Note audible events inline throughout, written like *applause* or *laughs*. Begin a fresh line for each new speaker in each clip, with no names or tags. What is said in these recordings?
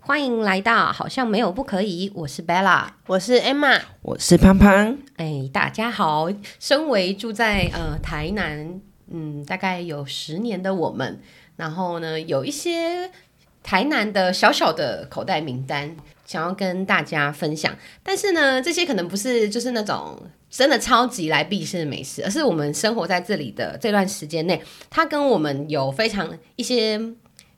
欢迎来到好像没有不可以，我是 Bella。
我是 Emma，
我是胖胖，
哎，大家好！身为住在呃台南，嗯，大概有十年的我们，然后呢，有一些台南的小小的口袋名单，想要跟大家分享。但是呢，这些可能不是就是那种真的超级来必吃的美食，而是我们生活在这里的这段时间内，它跟我们有非常一些。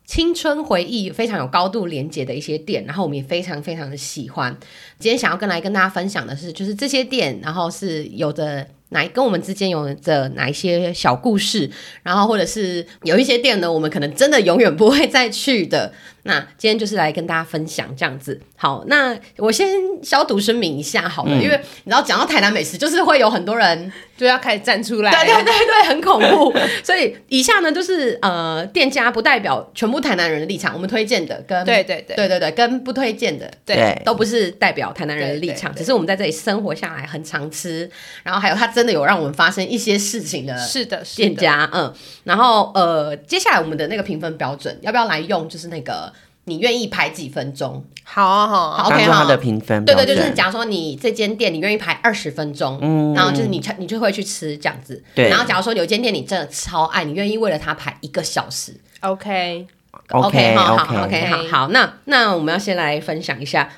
青春回忆非常有高度连接的一些店，然后我们也非常非常的喜欢。今天想要跟来跟大家分享的是，就是这些店，然后是有着哪跟我们之间有着哪一些小故事，然后或者是有一些店呢，我们可能真的永远不会再去的。那今天就是来跟大家分享这样子。好，那我先消毒声明一下好了，因为你知道讲到台南美食，就是会有很多人
就要开始站出来。
对对对对，很恐怖。 *laughs* 所以以下呢，就是呃，店家不代表全部台南人的立场，我们推荐的跟
对对对
对对对跟不推荐的
对
对
都不是代表台南人的立场，
对对对
只是我们在这里生活下来，很常吃，然后还有它真的有让我们发生一些事情的
是的，是
店
的，
家，嗯，然后呃，接下来我们的那个评分标准要不要来用？就是那个你愿意排几分钟？
好啊好啊
好
当
OK
做
哈
他的评分
对
标
对，
准。嗯
就是假如说你这间店你愿意排二十分钟，然后就是你才你就会去吃这样子。
对
然后假如说有一间店你真的超爱，你愿意为了它排一个小时。
，OK，
OK
好
OK
好 OK 好
OK
好，那那我们要先来分享一下，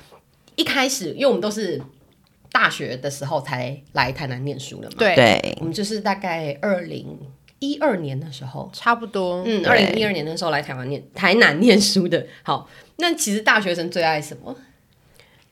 一开始因为我们都是大学的时候才来台南念书的嘛，，
对，
对
我们就是大概二零一二年的时候，
差不多。
嗯，二
对
零一二年的时候来台湾念台南念书的。好，那其实大学生最爱什么？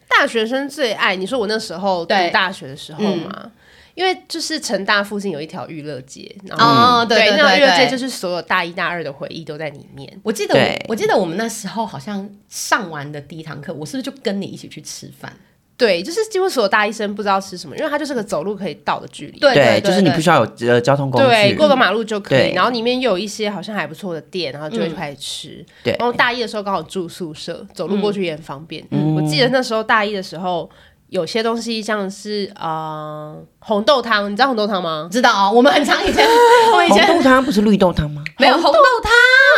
大学生最爱，你说我那时候读
对嗯
大学的时候嘛，因为就是成大附近有一条娱乐街，然后
哦，对对
那条
对
娱乐街
对，。
就是是所有大一大二的回忆都在里面。
我记得我
对，
我记得我们那时候好像上完的第一堂课，我是不是就跟你一起去吃饭？
对，就是几乎所有大一生不知道吃什么，因为它就是个走路可以到的距离。
对对，
就是你不需要有呃交通工
对，
具
过，个马路就可以。
对
然后里面又有一些好像还不错的店，然后就会开始吃。
对
然后大一的时候刚好住宿舍，走路过去也很方便。
嗯
我记得那时候大一的时候，有些东西像是呃红豆汤，你知道红豆汤吗？
知道啊、我们很长以前，我以
红
前
豆汤不是绿豆汤吗？
没有红豆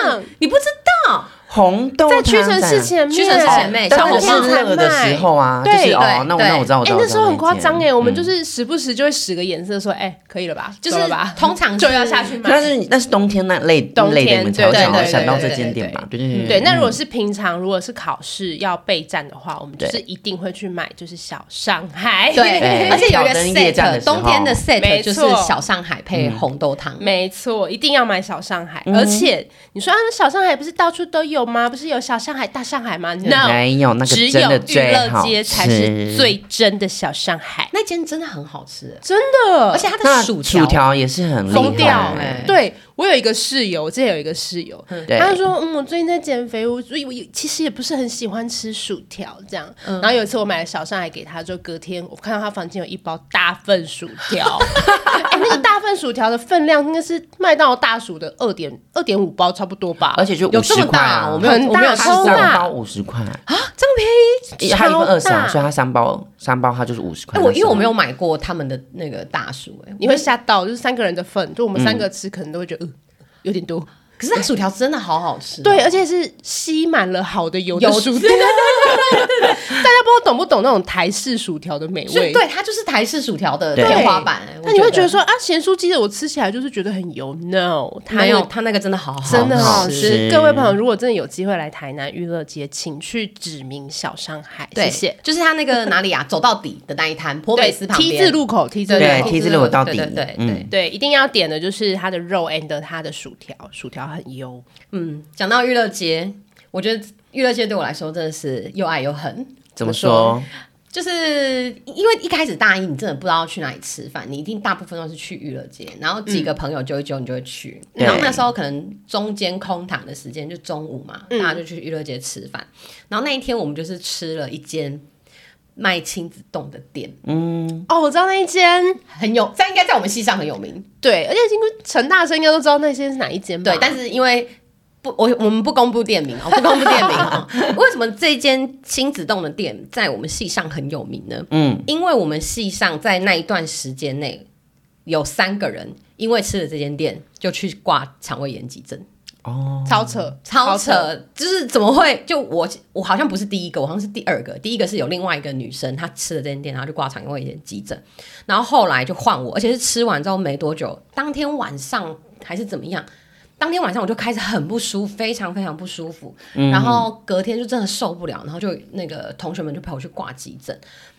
汤，你不知道？
红豆
在
汤
屈臣氏欸前面，
屈臣氏前面
但
小
我
火
是
锅
热的时候啊，就
对
是
对
哦，那我那我知道，我知
哎、
道。
那时候很夸张
哎，
哎，我们就是时不时就会使个眼色说，哎、可以了吧，
就是
走了吧，
通常
*laughs* 就是要下去买。
但是那是冬天那类
冬天
类的，你们才会
对
想
对
要
对
想到
对
这
对
间店吧？对对
对，那如果
嗯
是平常，如果是考试要备战的话，我们就是一定会去买，就是小上
*laughs*
海。 *laughs*
对，
对哎
而且有一
挑灯
个
夜战的
set，
时候
冬天的 set
没
就是
错嗯
小上海配红豆汤，
没错，一定要买小上
嗯
海。而且你说啊，那小上海不是到处都有吗？不是有小上海、大上海吗？No，
没有那个
只
真
有
的
娱
最
乐
好
街才是
吃。
最真的小上海，
那间真的很好吃，
真的
而。且它
那
的
薯
条
条也是很
疯
厉
掉欸
害欸
哎，
对我有一个室友，我之前有一个室友，
对
他就说，嗯，我最近在减肥，我所以我其实也不是很喜欢吃薯条这样。然后有一次我买了小上海给他，就隔天我看到他房间有一包大份薯条，哎，那个大份薯条的分量应该是麦当劳大薯的二点二点五包差不多吧，
而且就
有
五
这
十
么
块
大啊
啊，
我没有
很
我没有
大
吃
超
过
大。
三包五十块，
这么便宜。
一它一份二十啊，
大
所以它三包三包它就是五十块。
哎，我因为我没
有
有买过他们的那个大薯，哎，
你会吓到，就是三个人的份，就我们三个吃，可能都会觉得、呃有点多。
可是它薯条真的好好吃，
对，，而且是吸满了好的油的
有
薯条。大家不知道懂不懂那种台式薯条的美
所以
味？
对它就是台式薯条的
对
天花板。哎
那你会觉得
说
说啊，咸酥鸡的我吃起来就是觉得很油，no，它
没有
有
它那个真的好好，
真的
好
好吃。
吃
各位朋友，如果真的有机会来台南娱乐街，请去指名小上海，
对
谢谢。，
就是它那个哪里啊，走到底的那一摊，坡美斯旁边
T 字，路口，T 字路
对
口。
T 字路口到底
对对对对
嗯。
对，一定要点的就是它的肉 and 它的薯条，薯条很油。
嗯，讲到娱乐街，我觉得娱乐街对我来说真的是又爱又恨。
怎么说？
就是因为一开始大一，你真的不知道去哪里吃饭，你一定大部分都是去娱乐街，然后几个朋友揪一揪，你就会去。
对
然后那时候可能中间空档的时间就中午嘛，大家就去娱乐街吃饭。然后那一天我们就是吃了一间卖亲子冻的店，
哦，我知道那一间，
很有，这应该在我们系上很有名。
对，而且经过陈大生应该都知道那间是哪一间吧？
对，但是因为不，我我们不公布店名哦，不公布店名 *laughs* 哦。为什么这间亲子洞的店在我们系上很有名呢？嗯，因为我们系上在那一段时间内有三个人因为吃了这间店就去挂肠胃炎急症。
哦，
超扯，
超扯，就是怎么会？就我我好像不是第一个，我好像是第二个。第一个是有另外一个女生，她吃了这间店，然后就挂肠胃炎急诊，然后后来就换我，而且是吃完之后没多久，当天晚上还是怎么样？当天晚上我就开始很不舒服，非常非常不舒服，
嗯
然后隔天就真的受不了，然后就那个同学们就陪我去挂急诊。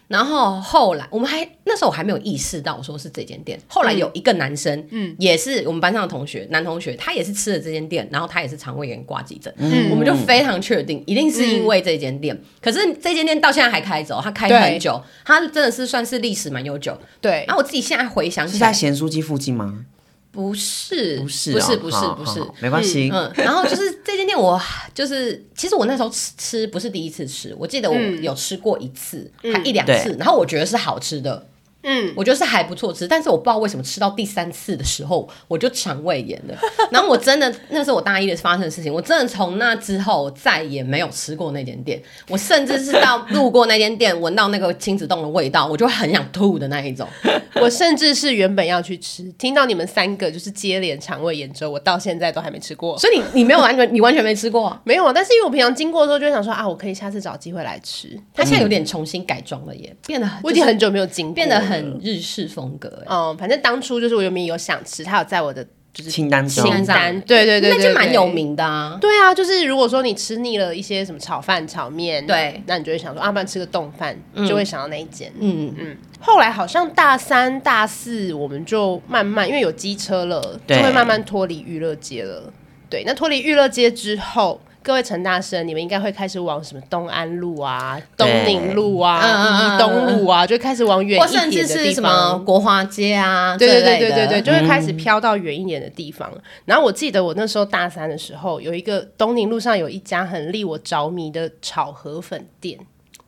然后后来我们还那时候我还没有意识到说是这间店。后来有一个男生，嗯，也是我们班上的同学，男同学，他也是吃了这间店，然后他也是肠胃炎挂急诊。
嗯
我们就非常确定，一定是因为这间店。可是这间店到现在还开着、哦，它开很久，它真的是算是历史蛮悠久。啊
对
然，后我自己现在回想
是
起
在
来，
咸酥鸡附近吗？
不是，
不是
不
哦，
是，不是
好，
不
好
是
好。没关系。
嗯，然后就是这间店我，就是其实我那时候吃吃不是第一次吃，我记得我
嗯
有吃过一次，还一两次，然后我觉得是好吃的，
嗯，
我觉得是还不错吃，但是我不知道为什么吃到第三次的时候我就肠胃炎了，然后我真的那是我大一的发生的事情，我真的从那之后再也没有吃过那间店，我甚至是
*laughs*
到路过那间店闻到那个亲子冻的味道，我就很想吐的那一种，
*laughs* 我甚至是原本要去吃，听到你们三个就是接连肠胃炎之后，我到现在都还没吃过。
所以你你没有完全你完全没吃过啊、
没有啊，但是因为我平常经过的时候就会想说啊，我可以下次找机会来吃。
它现在有点重新改装了耶，变得很
我已经很久没有经过，
变得很日式风格欸耶
嗯，反正当初就是我原本有想吃，它有在我的就是
清单中，
清
单，对对对对，
那就蛮
对
有。名的啊。
对啊，就是如果说你吃腻了一些什么炒饭、炒面，
对，
那你就会想说啊，不然吃个冻饭，就会想到那一间。
嗯，
后来好像大三、大四，我们就慢慢因为有机车了，就
对
会慢慢脱离娱乐街了。对，那脱离娱乐街之后，各位陈大生，你们应该会开始往什么东安路啊、东宁路
对嗯嗯
啊、
嗯
怡东路啊，就开始往远
或
一点
甚
的
至
地方。
是什么国华街啊，
对对
这类
对
的
对对对，，就会开始飘到远一点的地方。然后我记得我那时候大三的时候，有一个东宁路上有一家很令我着迷的炒河粉店，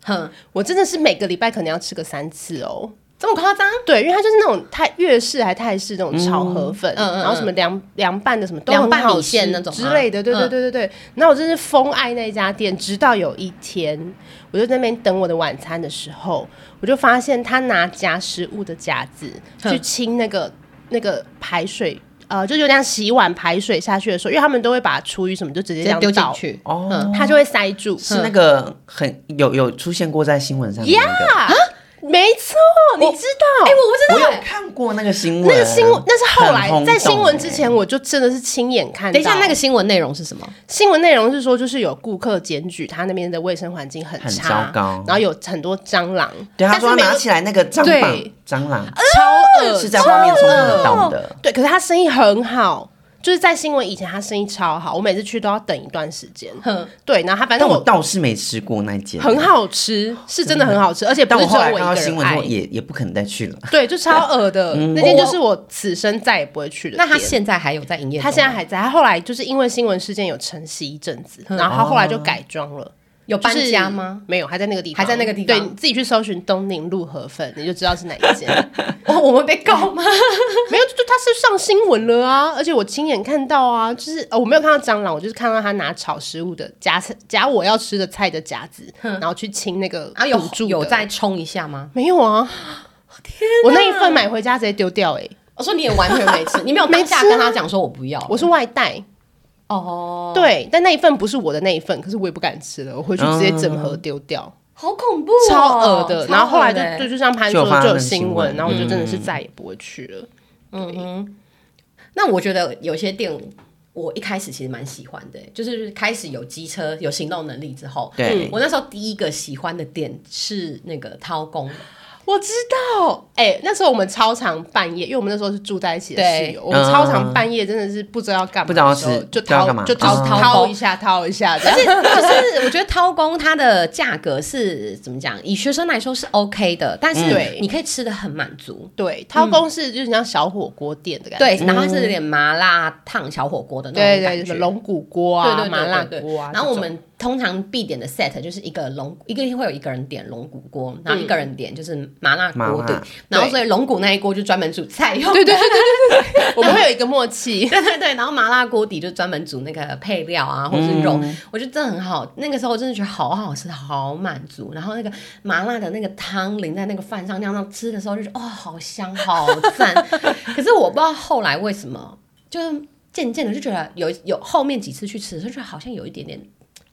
哼，
我真的是每个礼拜可能要吃个三次哦。
这么夸张？
对，因为它就是那种泰粤式还泰式那种炒河粉，
嗯嗯嗯
然后什么凉凉拌的什么都
凉
很
拌
好
米线
吃
那种吗
之类的，对对
嗯
对对对。然后我真是疯爱那家店，直到有一天，我就在那边等我的晚餐的时候，我就发现他拿夹食物的夹子去
哼
清那个那个排水。呃，就有点像洗碗排水下去的时候，因为他们都会把厨余什么就直接
直
这
接
样
丢进
倒，嗯
去，
哦，
它就会塞住。
是那个很有有出现过在新闻上的那个，
啊，没错，你知道？
哎，我不
我
知道
有
欸。
看过那个新闻，
那个新闻，那是后来
很轰动欸
在新闻之前，我就真的是亲眼看到。
等一下，那个新闻内容是什么？
新闻内容是说，就是有顾客检举他那边的卫生环境很
很
差，
糟糕
然后有很多蟑螂，
对，他
但
说他
是没有
拿起来那个蟑螂
对，
蟑
哦
螂
超恶
是在外面
超
冲得到的，
对，可是他生意很好。就是在新闻以前，他生意超好，我每次去都要等一段时间。
哼，
对，然后他反
但
正
我
我
倒是没吃过那间，
很。好吃，是真的很好吃，而且不
但
是
我
只
后来
有我
看到
一个
新
人
闻之后，
爱。
也嗯也不可能再去了。
对，就超
*laughs*
恶的那间，就是我此生再也不会去的
那
店。
他现在还有在营业中吗？
他现在还在，他后来就是因为新闻事件有晨曦一阵子，
嗯
然后他后来
哦
就改装了。
有搬
就是
家吗？？ *laughs*
没有，还在那个地方，
还在那个地方
对，你自己去搜寻东宁路河粉，你就知道是哪一
*laughs*
间。
哦，我们被告 *laughs* 吗？
没有，就就他是上新闻了啊！而且我亲眼看到啊，就是、呃我没有看到蟑螂，我就是看到他拿炒食物的夹菜夹我要吃的菜的夹子，然后去清那个
啊，有
堵住的
有在冲一下吗？
没有啊？我那一份买回家直接丢掉哎、欸
我哦说你也完全没吃， *laughs* 你没有
没
当下
吃啊
跟他讲说我不要。
我是外带，
哦，
对，但那一份不是我的那一份，可是我也不敢吃了，我回去直接整
嗯
盒丢掉。
好恐怖，哦
超恶的。欸然后后来就
对
就就像潘
就
说
有
的
发
就有
生
新
新
闻，
闻嗯
然后我就真的是再也不会去了。
那我觉得有些店，我一开始其实蛮喜欢的，欸就是开始有机车、有行动能力之后，
对
嗯我那时候第一个喜欢的店是那个掏 *laughs* 工，
我知道，哎、那时候我们超常半夜，因为我们那时候是住在一起的室
对
友，我们超常半夜真的是不知道干嘛的时
不知
候，
道是
就
不知道干
掏
嘛
就掏
嗯
掏一下掏一下这样，
但是就是我觉得掏工它的价格是怎么讲，以学生来说是 OK 的，但是
嗯对
你可以吃的很满足。
对，掏公是就是像小火锅店的感觉，
对，然后它是有点麻辣烫小火锅的那
嗯对
种
对，
感
什
觉
么，龙骨锅啊，
对对对
麻辣
对对
锅啊，
然后我
这种
们通常必点的 set 就是一个龙，一个会有一个人点龙骨锅，然后一个人点就是麻辣
麻
锅
辣
对，然后所以龙骨那一锅就专门煮菜用，
对对对对对对对，我们会有一个默契，
对对对，然后麻辣锅底就专门煮那个配料啊，或者是肉，
嗯
我觉得真的很好。那个时候我真的觉得好好吃，好满足。然后那个麻辣的那个汤淋在那个饭上，那样吃的时候就觉得哦，好香，好赞。可是我不知道后来为什么，就是渐渐的就觉得有有后面几次去吃，就觉得好像有一点点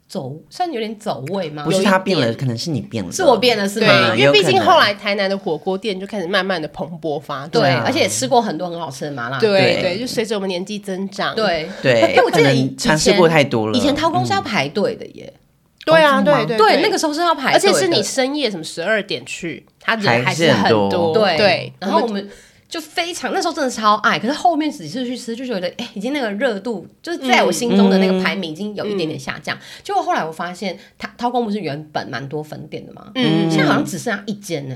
走，算有点走味吗？
不是他变了，可能是你变了，
是我变了是吗？
嗯
对，因
有
为毕
可
竟
能
后来台南的火锅店就开始慢慢的蓬勃发展。
对，
对啊
而且也吃过很多很好吃的麻辣。
对
对
对，就随着我们年纪增长，
对哎
对，
但我记
可
得以
能尝试过太多了。嗯
以前掏空是要排队的耶，
对啊，
哦真
对
的吗
对
对，那个时候是要排
而
队的，
且是你深夜什么十二点去，他人
还是
是
很
很
多
对
对，
然后我们就非常那时候真的超爱，可是后面几次去吃就觉得，哎，已经那个热度就是在我心中的那个排名已经有一点点下降。结果后来我发现，它掏空不是原本蛮多分店的嘛，
嗯
现在好像只剩下一间呢。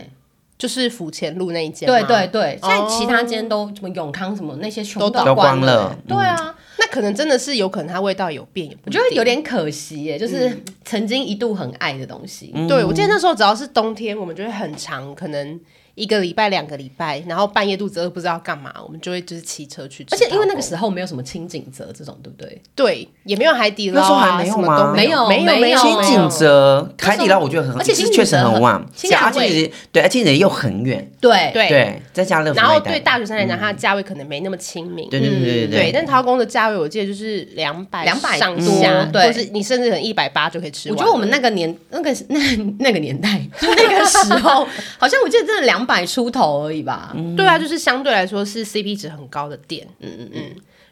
就是府前路那一间，
对对，对，现在
哦
其他间都什么永康什么那些全部
都
都
关
关了嗯
对啊，
那可能真的是有可能它味道有变，也不
我觉得
一定
有。点可惜耶，就是曾经一度很爱的东西。
嗯
对，我记得那时候只要是冬天，我们就会很长，可能一个礼拜、两个礼拜，然后半夜肚子饿不知道干嘛，我们就会就是骑车去吃
而
大锅。
且因为那个时候没有什么清景泽这种，对不对？
对也没有海底捞啊，
那时候还没有
什么
吗
都没没
没有
有没
没
有
清
有
景泽、海底捞，我觉得很，
而且
是
清景
确实
泽
很
很
晚，
清
加
雅
而且
味
其实对，而且也又很远，
对
对
对，在家乐福
然
那
后
一带嗯
对大学生来讲，它的价位可能没那么亲民。
对对对对
对，但陶工的价位我记得就是两百
200
上
多
下，
对
或是你甚至可能一百八就可以吃
我
完。
觉得我们那个年那个那那个年代，就那个时候，好像我记得真的两百出头而已吧。
对啊，就是相对来说是 CP 值很高的店。嗯嗯嗯。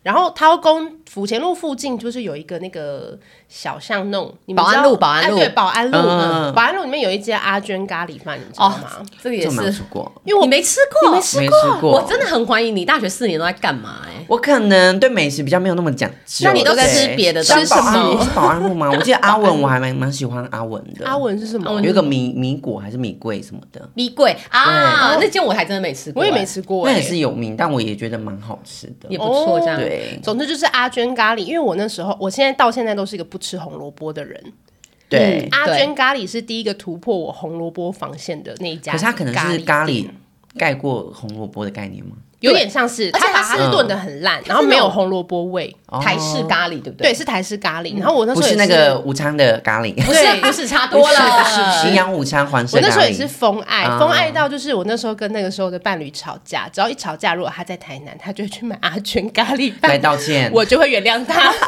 然后涛公府前路附近就是有一个那个小巷弄，你们
保安
知道
路保安
哎
路
对保安路，
嗯嗯嗯
保安路里面有一间阿娟咖喱饭，你
哦
知道吗？
这个也
这我没有
是
吃，过，
因为我你没吃过，
吃没吃过，
我真的很怀疑你大学四年都在干嘛哎、
我可能对美食比较没有那么讲究。
那你都
对
吃别的
像
吃什
保安
么
你是保安路吗？我记得阿文，我还蛮蛮喜欢阿文的。
阿文是什么？
有一个米米果还是米桂什么的，
米贵啊，那间我还真的没吃过、
我也没
吃，
吃过、
那
哎
也是有名，但我也觉得蛮好吃的
也。不错这样。
对
总之就是阿娟咖喱，因为我那时候，我现在到现在都是一个不吃红萝卜的人。
对，
嗯阿
对
娟咖喱是第一个突破我红萝卜防线的那一家，
可是它可能是咖喱
店，
盖过红萝卜的概念吗？
有点像是，
而且
它把
它
它
是
炖的很烂，然后没有红萝卜味。
台式咖喱对不
对，
对？
是台式咖喱。然后我那时
哦不
候也
是那个午餐的咖喱，
不
嗯对
是不是差多了，
营养午餐黄色
呃
咖
我那
喱。
时候也是疯爱，
啊
疯爱到就是我那时候跟那个时候的伴侣吵架，只要一吵架，如果他在台南，他就会去买阿全咖喱
来
饭，
道歉，
我就会原谅他。 *laughs*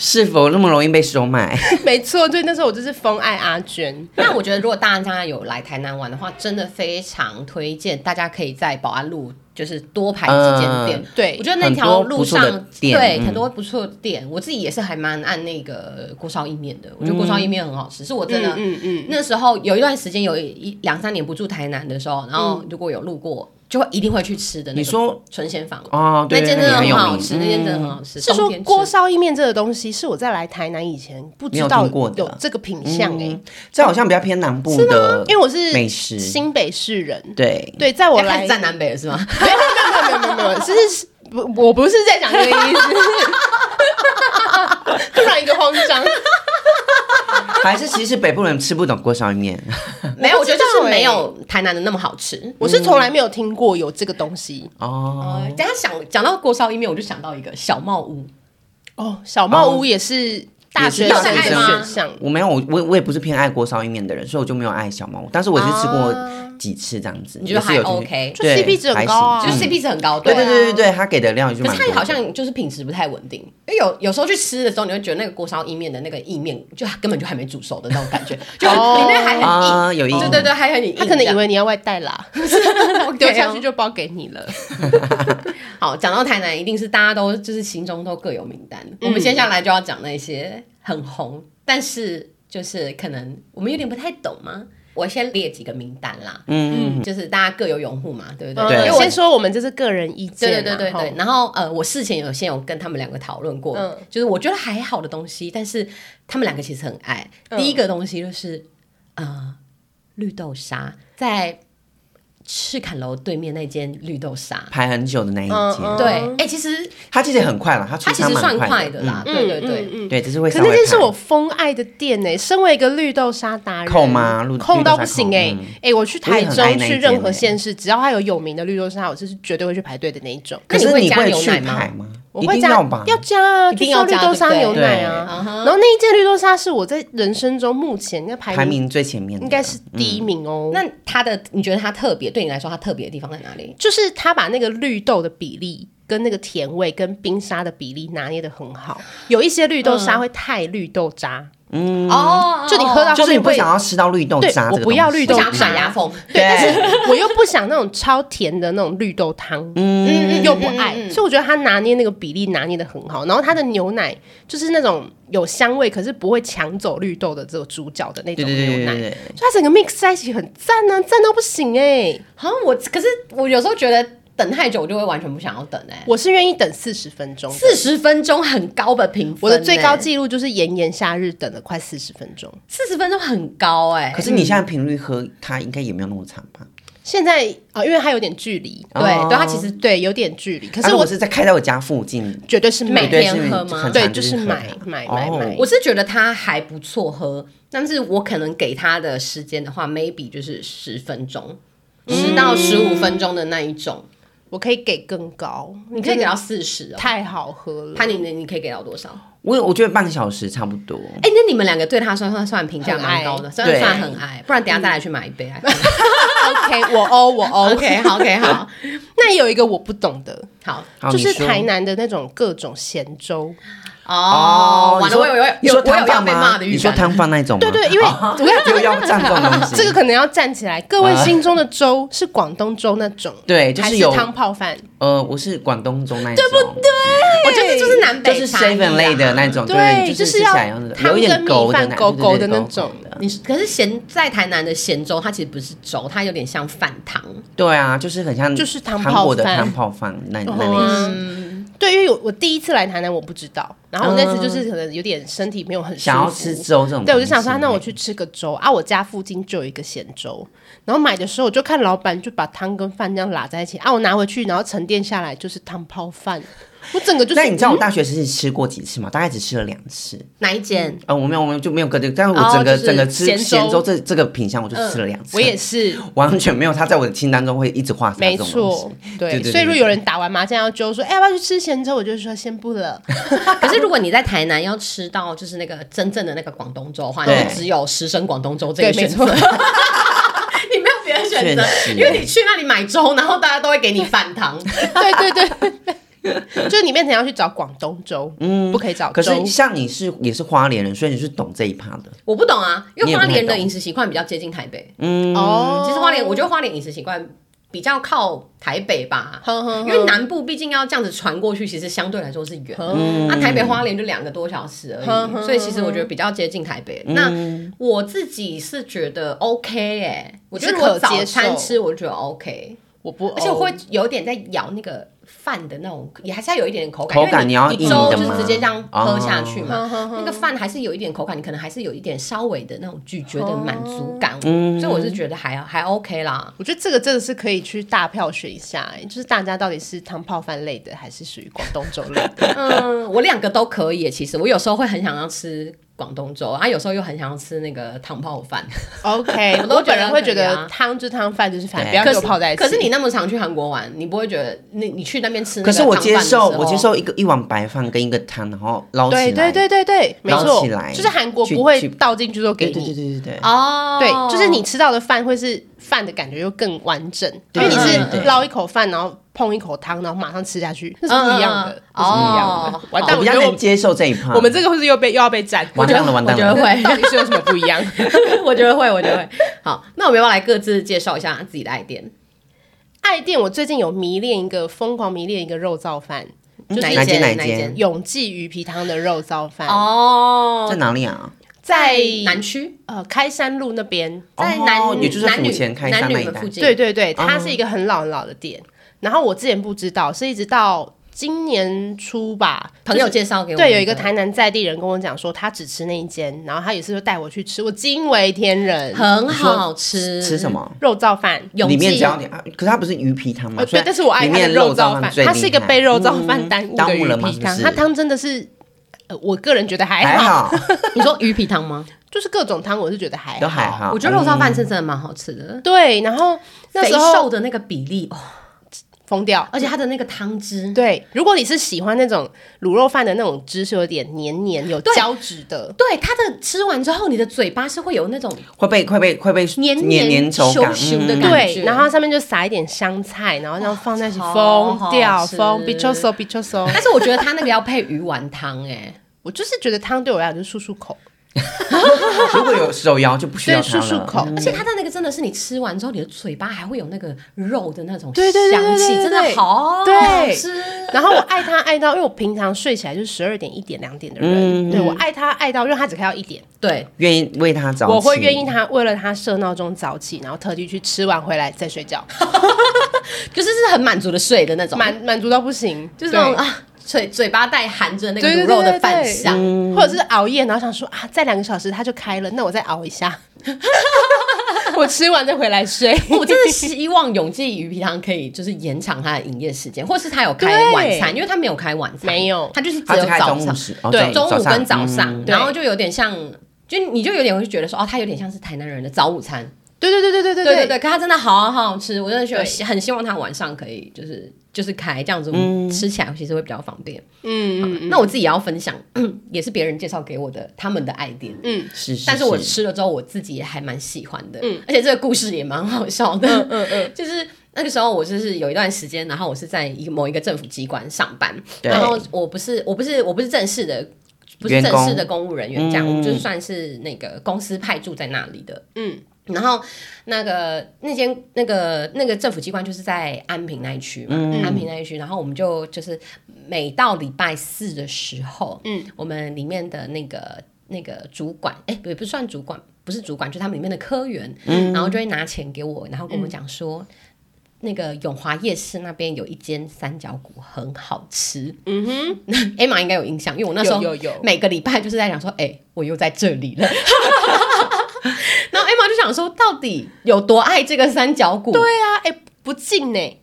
是否那么容易被收买？
没错，对，那时候我就是疯爱阿娟。
*laughs* 那我觉得，如果大家有来台南玩的话，真的非常推荐大家可以在保安路就是多排几间店。
嗯
对
我觉得那条路
很多
上
不错的店
对
嗯
很多不错的店，我自己也是还蛮按那个锅烧意面的。我觉得锅烧意面很好吃，是我真的。
嗯嗯，
那时候有一段时间，有一一两三年不住台南的时候，然后如果有路过，就会一定会去吃的那个。
你说
纯鲜坊
哦，对，
那间
对
真的
那
很
里
好
有
吃，那
名，嗯
间真的很好吃。
是
冬
说
天吃
锅烧意面这个东西，是我在来台南以前不知
没有
道
听过的嗯
有这个品相哎、
这好像比较偏南部的，
因为我是
美食
新北市人。 *laughs*
对
对，在我
要开
来
始啊站南北了是吗？
没有没有没有没有没有，是是不，我不是在讲这个意思。 *laughs* 突然一个慌张，
还是其实北部人吃不懂锅烧面，
没有，
我
我
不知
觉
道
得就是没
欸
有台南的那么好吃。
我是从来没有听过有这个东西
哦，
等一下想讲到锅烧意面，我就想到一个小帽屋，嗯
哦。小帽屋也是哦大学生的选项，
我没有，我我我也不是偏爱锅烧意面的人，所以我就没有爱小猫，但是我也是吃过几次这样子，
你觉得
也是有
还
进去
OK？
就
对
CP 值很高啊
就
还
是
行嗯
CP 值很高，
对
对
对
啊
对对对，他给的料也就
可
蛮
是
多的，
它好像就是品质不太稳定，因为有有时候去吃的时候，你会觉得那个锅烧意面的那个意面就根本就还没煮熟的那种感觉，就里面还很硬，
啊有一
对对对，还很硬。
他可能以为你要外带啦，哦
*laughs*
丢
丢
下
下
*laughs* 去
去
就包给你了。
好。讲到台南，一定是大家都就是心中都各有名单。我们接下来就要讲那些很红，但是就是可能我们有点不太懂吗？我先列几个名单啦，
嗯，
嗯，就是大家各有拥护嘛，对不对？因
嗯
为我
先说我们这是个人意见
对
啊，
对对对对。然后呃，我事前有先有跟他们两个讨论过，
嗯
就是我觉得还好的东西，但是他们两个其实很爱。第一个东西就是呃，绿豆沙在赤坎楼对面那间绿豆沙。
排很久的那一间，
嗯
对，哎、其实
他其实很快了，他
它
出
其实
餐
算
蛮
快
的
的啦，，对对对。
嗯对，只是会
可
稍
那
微
间是
排
我疯爱的店呢、身为一个绿豆沙达人，
扣吗绿
扣到不
绿
行
豆
哎、
沙
欸、
扣
哎
嗯、
我去台
我也很爱
中
那一
去
间
任何
欸
县市，只要它有有名的绿豆沙，我就是绝对会去排队的那一种。
那
可
你
是
会
你
加
会
牛
去
奶吗
排吗？
我我会
一
加
定要吧
要加啊，
一
就
定
是
要
绿
加
豆沙
对
牛
不对
奶啊。
嗯哼
然后那一件绿豆沙是我在人生中目前应该排
排
名
名最嗯前面的
应该是第一名哦。
那它的你觉得它特别，对你来说它特别的地方在哪里？
就是他把那个绿豆的比例。跟那个甜味跟冰沙的比例拿捏的很好，有一些绿豆沙会太绿豆渣，
嗯哦
就你喝到
就是你不
会
想要吃到绿豆
对
渣
我
这个
不要
东西
绿
不
豆
想
渣
转牙缝，
对，但是
*laughs* 我又不想那种超甜的那种绿豆汤，
嗯
又不爱，所以我觉得他拿捏那个比例拿捏的很好。然后他的牛奶就是那种有香味，可是不会抢走绿豆的这种主角的那
对
种
对对
牛
对
奶，
对对，
所以它整个 mix 在一起很赞呢、啊，赞到不行哎、
*laughs* 好像我可是我有时候觉得等太久我就会完全不想要等哎、
我是愿意等四十分钟的，
四十分钟很高的评分、
我的最
欸
高
记
记录就是炎炎夏日等了快四十分钟，
四十分钟很高哎、
可是你现在频率喝它应该也没有那么长吧？
现在啊、因为它有点距离，
对、对，它其实
对有点距离，可
啊
是
如
我
果是在开在我家附近，
绝对是每
每
绝对
天
是
喝吗
很常
对，
就
就是
喝
买
它
买
哦
买买，
嗯我是觉得它还不错喝，但是我可能给它的时间的话，maybe 就是十分钟，十到十五分钟的那一种，
嗯我可以给更高，
你可以给到四十哦。
太好喝了，
潘宁的你可以给到多少？
我我觉得半个小时差不多。
哎、那你们两个对他算算算评价蛮高的，
很爱
虽然算
对嗯
很爱，不然等一下再来去买一
*laughs*
杯。啊
OK，我哦我哦
OK，好，OK，好，
*laughs*
那有一个我不懂的，
好。
好
就是
你说
台南的那种各种咸粥。
哦，完了，
你
我
说
有有
你
有
说
我
摊
有要
贩
被
吗？
骂的预
你说
感。
摊贩那种吗？哦
对对，因为我跟
*laughs* 又要站这种东西，
*laughs* 这个可能要站起来，各位心中的粥是广东粥那种，
啊对，就
还
有
汤泡饭。
呃，我是广东粥那一种，对不对？
我觉得就是南
就
北
是
差异
seven
啊
类的那种，
对
就是
就是
吃起
要
来有那种
汤
有一点
跟米
勾的
饭
那
勾勾
对对
的
对
那种
勾的。
你是可是咸在台南的咸粥，它其实不是粥，它有点像饭汤。
对啊，就是很像
就是汤
韩
泡
国的
饭哦
汤泡饭那那类型。
对，因为我我第一次来台南，我不知道，然后我那次就是可能有点身体没有很舒服
想要吃粥这种东西，
对，我就想说，那我去吃个粥啊！我家附近就有一个咸粥，然后买的时候我就看老板就把汤跟饭这样拉在一起啊，我拿回去，然后沉淀下来就是汤泡饭，我整个就是嗯
那你知道我大学时期吃过几次吗？大概只吃了两次。
哪一间？
呃，我没有，我没有就没有跟这个，但是
哦
我整个
就是
整个吃
咸
咸
粥
粥
嗯
这这个品相，我就吃了两次。
我也是，
完全没有，它在我的清单中会一直画下
没
这种东西
错。，对
对对
所以如果
对
有人打完麻将要揪说，哎、要不要去吃咸粥？我就说先不了。
*laughs* 可是如果你在台南要吃到就是那个真正的那个广东粥的话，
对
你就只有十升广东粥这个
对没
选择。
错
*laughs* 你没有别的选择
确，实
因为你去那里买粥，然后大家都会给你饭汤。
对 *laughs* 对对，就是你变成要去找广东粥，嗯，不可以找
可
粥
是。像你是也是花莲人，所以你是懂这一趴的。
我不懂啊，因
你
为
也不
花
太
莲的
懂嗯
饮食习惯比较接近台北。
哦
嗯其实花莲，我觉得花莲饮食习惯比较靠台北吧，
哼嗯哼
因
哼
为南部毕竟要这样子传过去，其实相对来说是远。那、台北花莲就两个多小时而
嗯哼
已，
哼
所以其实我觉得比较接近台北。那我自己是觉得 OK 哎、我觉得
是
我
可
早餐
接受
吃我就觉得 OK，
我不，哦
而且我会有点在咬那个。饭的那种，也还是要有一点口感，
口感
因
你要
为你
硬
粥
的
就是
吗
直接这样喝下去嘛，
哼哼哼
那个饭还是有一点口感，你可能还是有一点稍微的那种咀嚼的满足
哦
感，
嗯
所以我是觉得还还 OK 啦。
我觉得这个真的是可以去大票选一下、哎就是大家到底是汤泡饭类的，还是属于广东粥类
*laughs*
的？
嗯，我两个都可以耶。其实我有时候会很想要吃广东粥，啊，有时候又很想要吃那个汤泡饭。
OK，
我都
我
觉得
本人会觉
可以啊
得汤就是汤，饭就是饭，
对
不要
可
给
是
我 *laughs* 泡在一起。
可是你那么常去韩国玩，你不会觉得你你去那边吃那个
可是
汤
我
饭的时
接
候？哦
受，我接受一个一碗白饭跟一个汤，然后捞起来。
对对对对对，没
捞
错
起来，
就是韩国
去
不会
去
倒进去说给
对
你，啊
对对对对对。
哦，
对，就是你吃到的饭会是饭的感觉又更完整，因
对
为你
对对
是
对
捞一口饭，然后碰一口汤，然后马上吃下去，那是不一样
嗯
的，
嗯嗯
那是不一样
哦
的。完
但
蛋，
我哎
我
比
觉
较
得
能
我
接受这一趴。
我们这个会是又被又要被占，
完蛋了，完
我
蛋
觉得
了。
会，
到底是有什么不一样？ *laughs*
我觉得会，我觉得会。好，那我们要不要来各自介绍一下自己的爱店？
爱店，我最近有迷恋一个，疯狂迷恋一个肉燥饭，就是
嗯哪
哪
一
一间
哪
哪一间
永记鱼皮汤的肉燥饭，
哦
在，哪里啊？
在
南区。
呃开山路那边。
在男、
哦也就是
男
府
女
前开
男
山那
女
一
们
带
附。近，
对，对对，它是一个很老很老的店。然后我之前不知道，是一直到今年初吧，
朋友介绍给我
对，
们
有一个
的
台南在地人跟我讲说，他只吃那一间，然后他有一次就带我去吃，我惊为天人，
很好吃，
吃什？么？
肉燥饭。
永
里面
记
只要点啊，可是它不是鱼皮汤吗？
呃，
所以，
对但是我爱
里
它的
面燥
肉燥
饭
饭
最，厉害，嗯
它是一个被肉
嗯
燥饭耽误
耽
的
误
鱼
了吗
皮汤，
是
它汤真的是，呃，我个人觉得还
还
好，
好，
*laughs* 你说鱼皮汤吗？
就是各种汤我是觉得还
都还
啊
好。
我觉得肉燥饭
嗯
是真的蛮好吃的，
对，然后那
肥
时候
瘦的那个比例哦，
疯掉。
而且它的那个汤汁，
对，如果你是喜欢那种卤肉饭的那种汁，是有点黏黏、有
对
胶质的，
对它的吃完之后，你的嘴巴是会有那种
会被会被会被
黏
黏黏稠
稠
感，
稠的
嗯
感觉。
对，然后它上面就撒一点香菜，然后这样放在一起
超
疯
好
掉，
吃
疯 b i c h o s o b i c h o s o
*laughs* 但是我觉得它那个要配鱼丸汤、哎，
*laughs* 我就是觉得汤对我来讲就是漱漱口，
如果有手摇就不需要
对，
它
漱漱
了。
口，
而且它的那个真的是你吃完之后，你的嘴巴还会有那个肉的那种
对对对
香气，
对对
真的好好
对
吃。
然后我爱他爱到，因为我平常睡起来就是十二点、一点、两点的人，对我爱他爱到，因为他只开到一点，
对，
愿意为它早起，
我会愿意他为了他设闹钟早起，然后特地去吃完回来再睡觉，
就是是很满足的睡的那种，
满满足到不行，
就是那种
对
啊，嘴嘴巴带含着那个
对对
卤
对
肉的
对
饭
对
香。
或者是熬夜，然后想说啊，再两个小时他就开了，那我再熬一下， *laughs* 我吃完再回来睡。 *laughs*
我真的希望永记鱼皮汤可以就是延长它的营业时间，或是它有开
对
晚餐，因为它没有开晚餐，
没有
它就是只
它
有
只开
早
中午
上，
时，哦
对，中午跟
早
早
嗯
上，
对
然后就有点像，就你就有点会觉得说，哦，它有点像是台南人的早午餐，
对对对对对对
对对对，可它真的好好吃，我真的觉得
对
很希望它晚上可以就是就是开这样子，我们吃起来其实会比较方便。
嗯，
那我自己也要分享， *clears throat* 也是别人介绍给我的他们的爱店，
是是，
但是我
是
吃了之后，我自己也还蛮喜欢的，而且这个故事也蛮好笑的，
嗯嗯，
*laughs* 就是那个时候，我就是有一段时间，然后我是在一个某一个政府机关上班，
对
然后我不是我不是我不是正式的，不是
员
正
工
式的公务人员，这样
嗯
我们就算是那个公司派驻在那里的，
嗯。
然后那个那间那个那个政府机关就是在安平那一区嘛，
嗯
安平那一区，然后我们就就是每到礼拜四的时候，嗯，我们里面的那个那个主管，哎，不不算主管，不是主管，就他们里面的科员，
嗯
然后就会拿钱给我，然后跟我们讲说。那个永华夜市那边有一间三角骨很好吃，嗯哼 *laughs* ，Emma 应该有印象，因为我那时候
有有有
每个礼拜就是在想说，哎、我又在这里了， *laughs* 然后 Emma 就想说，到底有多爱这个三角骨？，
对啊，哎、不近呢、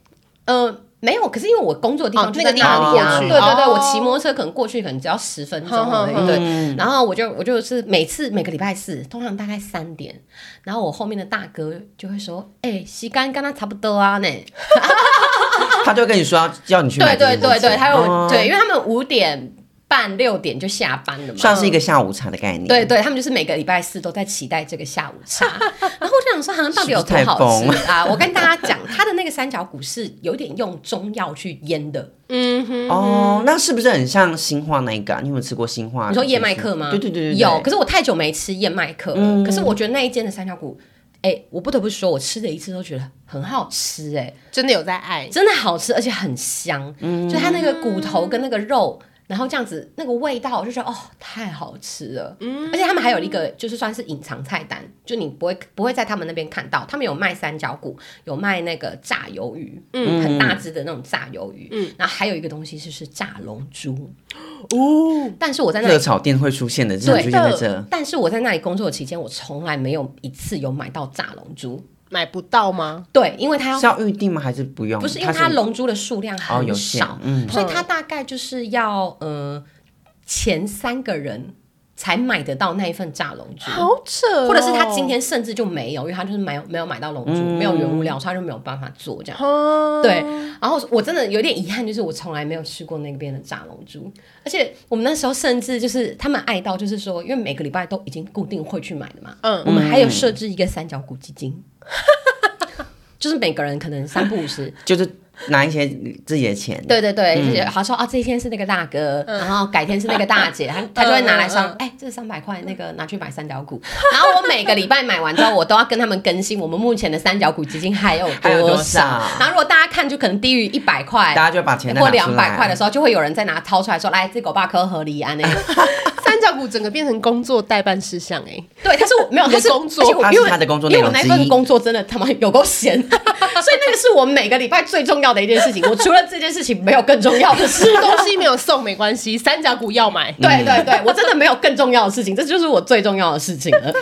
呃，没有，可是因为我工作的地
哦
方就
那个
在
地方
那里
过
啊，
去
对对对，
哦
我骑摩托车可能过去可能只要十分钟
哼哼
而已，
哼
对。然后我就我就是每次每个礼拜四，通常大概三点，然后我后面的大哥就会说，哎，吸干跟他差不多啊呢，
他就会跟你说要叫你去买
对
这
对
件事情，
对对，还有
哦
对，因为他们五点半六点就下班了嘛，
算是一个下午茶的概念，
对，对，他们就是每个礼拜四都在期待这个下午
*laughs*
茶。然后我就想说，好像到底有多好吃
是不
啊？我跟大家讲，它的那个三角骨是有点用中药去腌的。
嗯哼，
哦，那是不是很像新化那一个啊？你有没有吃过新化？
你说燕麦克吗？
对对对对，对嗯
有。可是我太久没吃燕麦克了。可是我觉得那一间的三角骨，哎，我不得不说，我吃了一次都觉得很好吃，哎，
真的有在爱，
真的好吃，而且很香。
嗯
就它那个骨头跟那个肉。然后这样子，那个味道我就觉得哦，太好吃了。
嗯
而且他们还有一个就是算是隐藏菜单，就你不会不会在他们那边看到，他们有卖三角骨，有卖那个炸鱿鱼，嗯，很大只的那种炸鱿鱼，嗯，然后还有一个东西就是炸龙珠，
哦，
但是我在那
热
里。
炒店会出现的，经常出
对
现在这。
但是我在那里工作的期间，我从来没有一次有买到炸龙珠。
买不到吗？
对，因为它要
是要预定吗？还是不用？
不是因为它龙珠的数量
哦有
很
限
少，
嗯
所以它大概就是要呃前三个人才买得到那一份炸龙珠。
好哦扯、
或者是他今，天甚至就没有，因为他就是没有没有买到龙珠，没有原物料，所以他就没有办法做这样。
哦，
对，然后我真的有点遗憾，就是我从来没有吃过那边的炸龙珠，而且我们那时候甚至就是他们爱到，就是说，因为每个礼拜都已经固定会去买的嘛，
嗯
我们还有设置一个三角骨基金， *laughs* 就是每个人可能三不五十，
就是拿一些自己的钱，
对对对，
嗯
就是他说啊，这一天是那个大哥，
嗯
然后改天是那个大姐，
*laughs*
他他就会拿来上，哎，这三百块那个拿去买三角骨。然后我每个礼拜买完之后，我都要跟他们更新我们目前的三角骨基金还有
还有
多
多
少
少。
然后如果大家看就可能低于一百块
大家就把钱再
或
拿出
两百块的
来。
时候，就会有人再拿掏出来说，哎来这狗爸科合理安
*laughs*
那
*laughs* 三角骨整个变成工作代办事项哎、
对，他是我没有，
你
他
的
是
工作
而且我
它是
因为
他的工作
因为我
内
那
容之
份
一
工作真的他妈有够闲， *laughs* 所以那个是我每个礼拜最重要的一件事情。我除了这件事情，没有更重要的事。
东西没有送没关系， *laughs* 三角骨要买，
对对对，我真的没有更重要的事情，这就是我最重要的事情 *laughs* 了。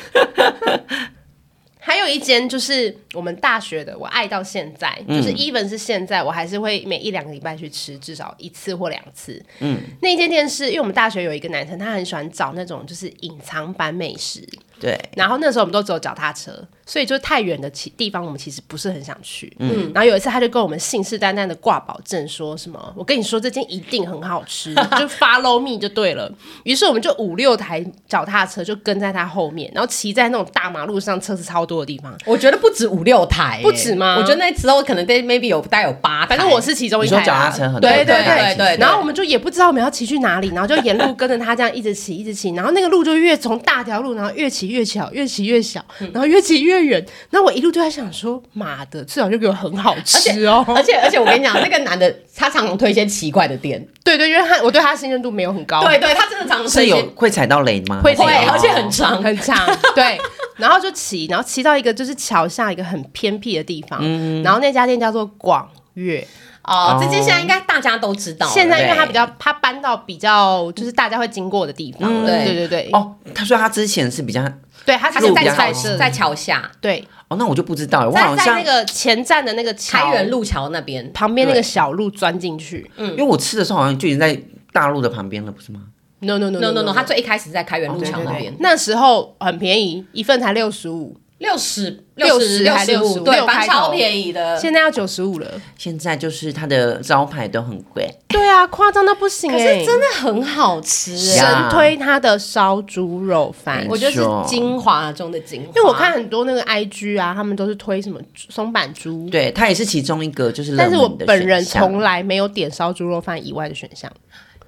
还有一间就是我们大学的，我爱到现在，就是 even 是现在，我还是会每一两个礼拜去吃，至少一次或两次。嗯，那一间店是因为我们大学有一个男生，他很喜欢找那种就是隐藏版美食，
对，
然后那时候我们都走脚踏车，所以就太远的其地方我们其实不是很想去。嗯，然后有一次他就跟我们信誓旦旦的挂保证说什么：“我跟你说这间一定很好吃，就 follow me 就对了。”于是我们就五六台脚踏车就跟在他后面，然后骑在那种大马路上车子超多的地方。
我觉得不止五六台、
不止吗
我觉得那之后可能 maybe 有大概有八台，
反正我是其中一
你
台啊
说
啦、
脚踏车很多
对对
台
对
其
实
对。然后我们就也不知道我们要骑去哪里，然后就沿路跟着他这样一直骑，一直骑。然后那个路就越从大条路，然后越骑越小，越骑越小，然后越骑越远。然后我一路就在想说，妈的，最好就给我很好
而且
吃哦。
而且而且我跟你讲，那个男的他常常推一些奇怪的店，
对对，因为他我对他信任度没有很
*laughs*
高，
对对，他真的常常推
是
一些哦
有会踩到雷吗？
会
会
踩到，
而且很长
很 *laughs* 长，对。然后就骑，然后骑到一个就是桥下一个很偏僻的地方，然后那家店叫做广粤。
哦
哦，
这件现在应该大家都知道了，
现在因为它
对
比较，它搬到比较就是大家会经过的地方了，
对
对对对，
哦，他说他之前是比较
对，它
他是
其实
路
在
比较
在
好
桥
这，
在桥下
对，
哦，那我就不知道了，我
在
好
在
像
那个前站的那个桥
开元路桥那边，
旁边那个小路钻进去。
因为我吃的时候好像就已经在大陆的旁边了，不是吗？
No no no
no no no，他最一开始在开元路
哦
桥
对对
那
对
边，
那时候很便宜，一份才六十五，
六十
60
六
还
十五，
65
对，
六
反
开
正超
头
便宜的。
现在要九十五了。
现在就是它的招牌都很贵，
对啊，夸张到不行
可
哎
是！真的很好吃、
是
哎
啊
神推它的烧猪肉饭
没
我，觉得
错
是精华中的精华。
因为我看很多那个 IG 啊，他们都是推什么松板猪，
对，它也是其中一个就是
但是
冷
我
门的
本人
选项
从来没有点烧猪肉饭以外的选项。